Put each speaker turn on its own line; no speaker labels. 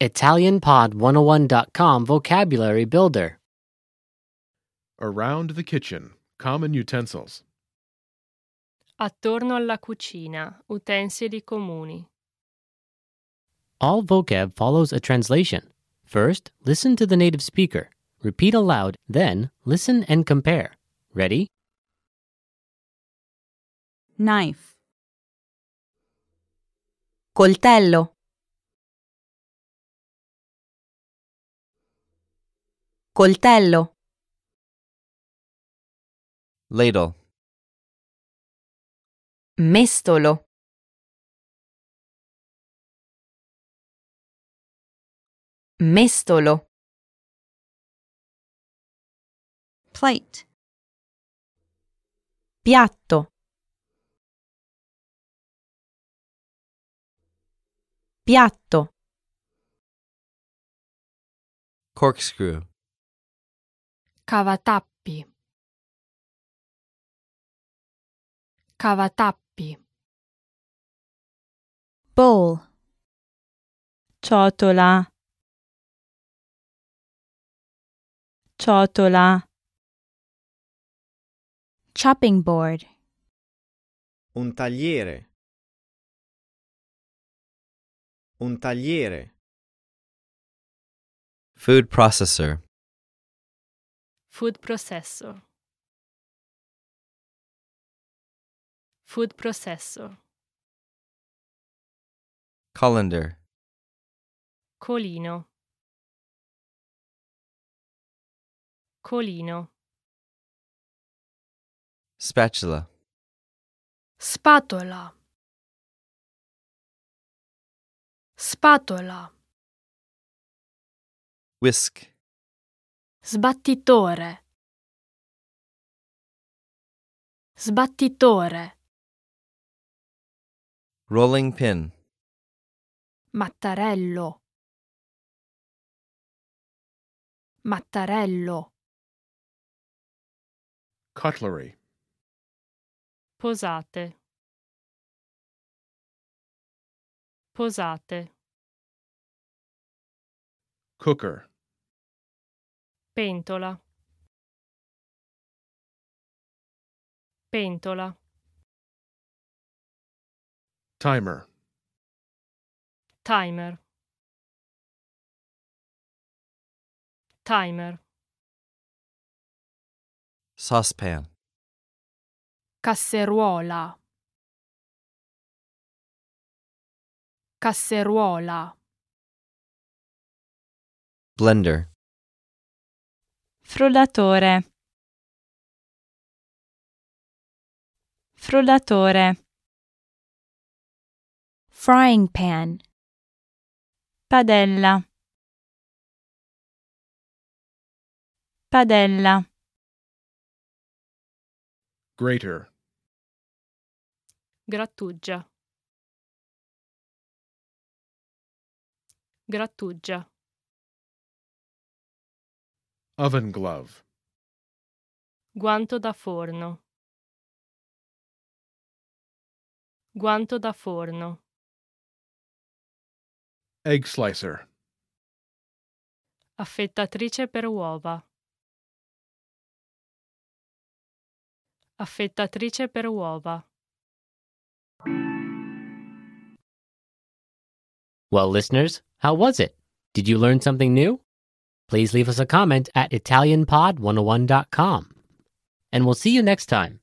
ItalianPod101.com Vocabulary Builder.
Around the kitchen, common utensils.
Attorno alla cucina, utensili comuni.
All vocab follows a translation. First, listen to the native speaker. Repeat aloud, then, listen and compare. Ready?
Knife. Coltello. Coltello.
ladle,
Mestolo. Mestolo. Plate. Piatto. Piatto.
corkscrew,
Cavatappi. Cavatappi.
Bowl. Ciotola. Ciotola. Chopping board.
Un tagliere. Un tagliere.
food processor,
Food processor. Food processor.
colander,
Colino. Colino.
spatula,
Spatola. Spatola.
whisk,
Sbattitore. Sbattitore.
rolling pin,
Mattarello. Mattarello.
Cutlery.
Posate. Posate.
Cooker.
Pentola. Pentola.
Timer.
Timer. Timer.
saucepan,
Casseruola. Casseruola.
blender,
Frullatore. Frullatore. Frying pan. Padella. Padella.
Grater.
Grattugia. Grattugia.
Oven glove.
Guanto da forno. Guanto da forno.
Egg slicer.
Affettatrice per uova. Affettatrice per uova.
Well, listeners, how was it? Did you learn something new? oh Please leave us a comment at ItalianPod101.com. And we'll see you next time.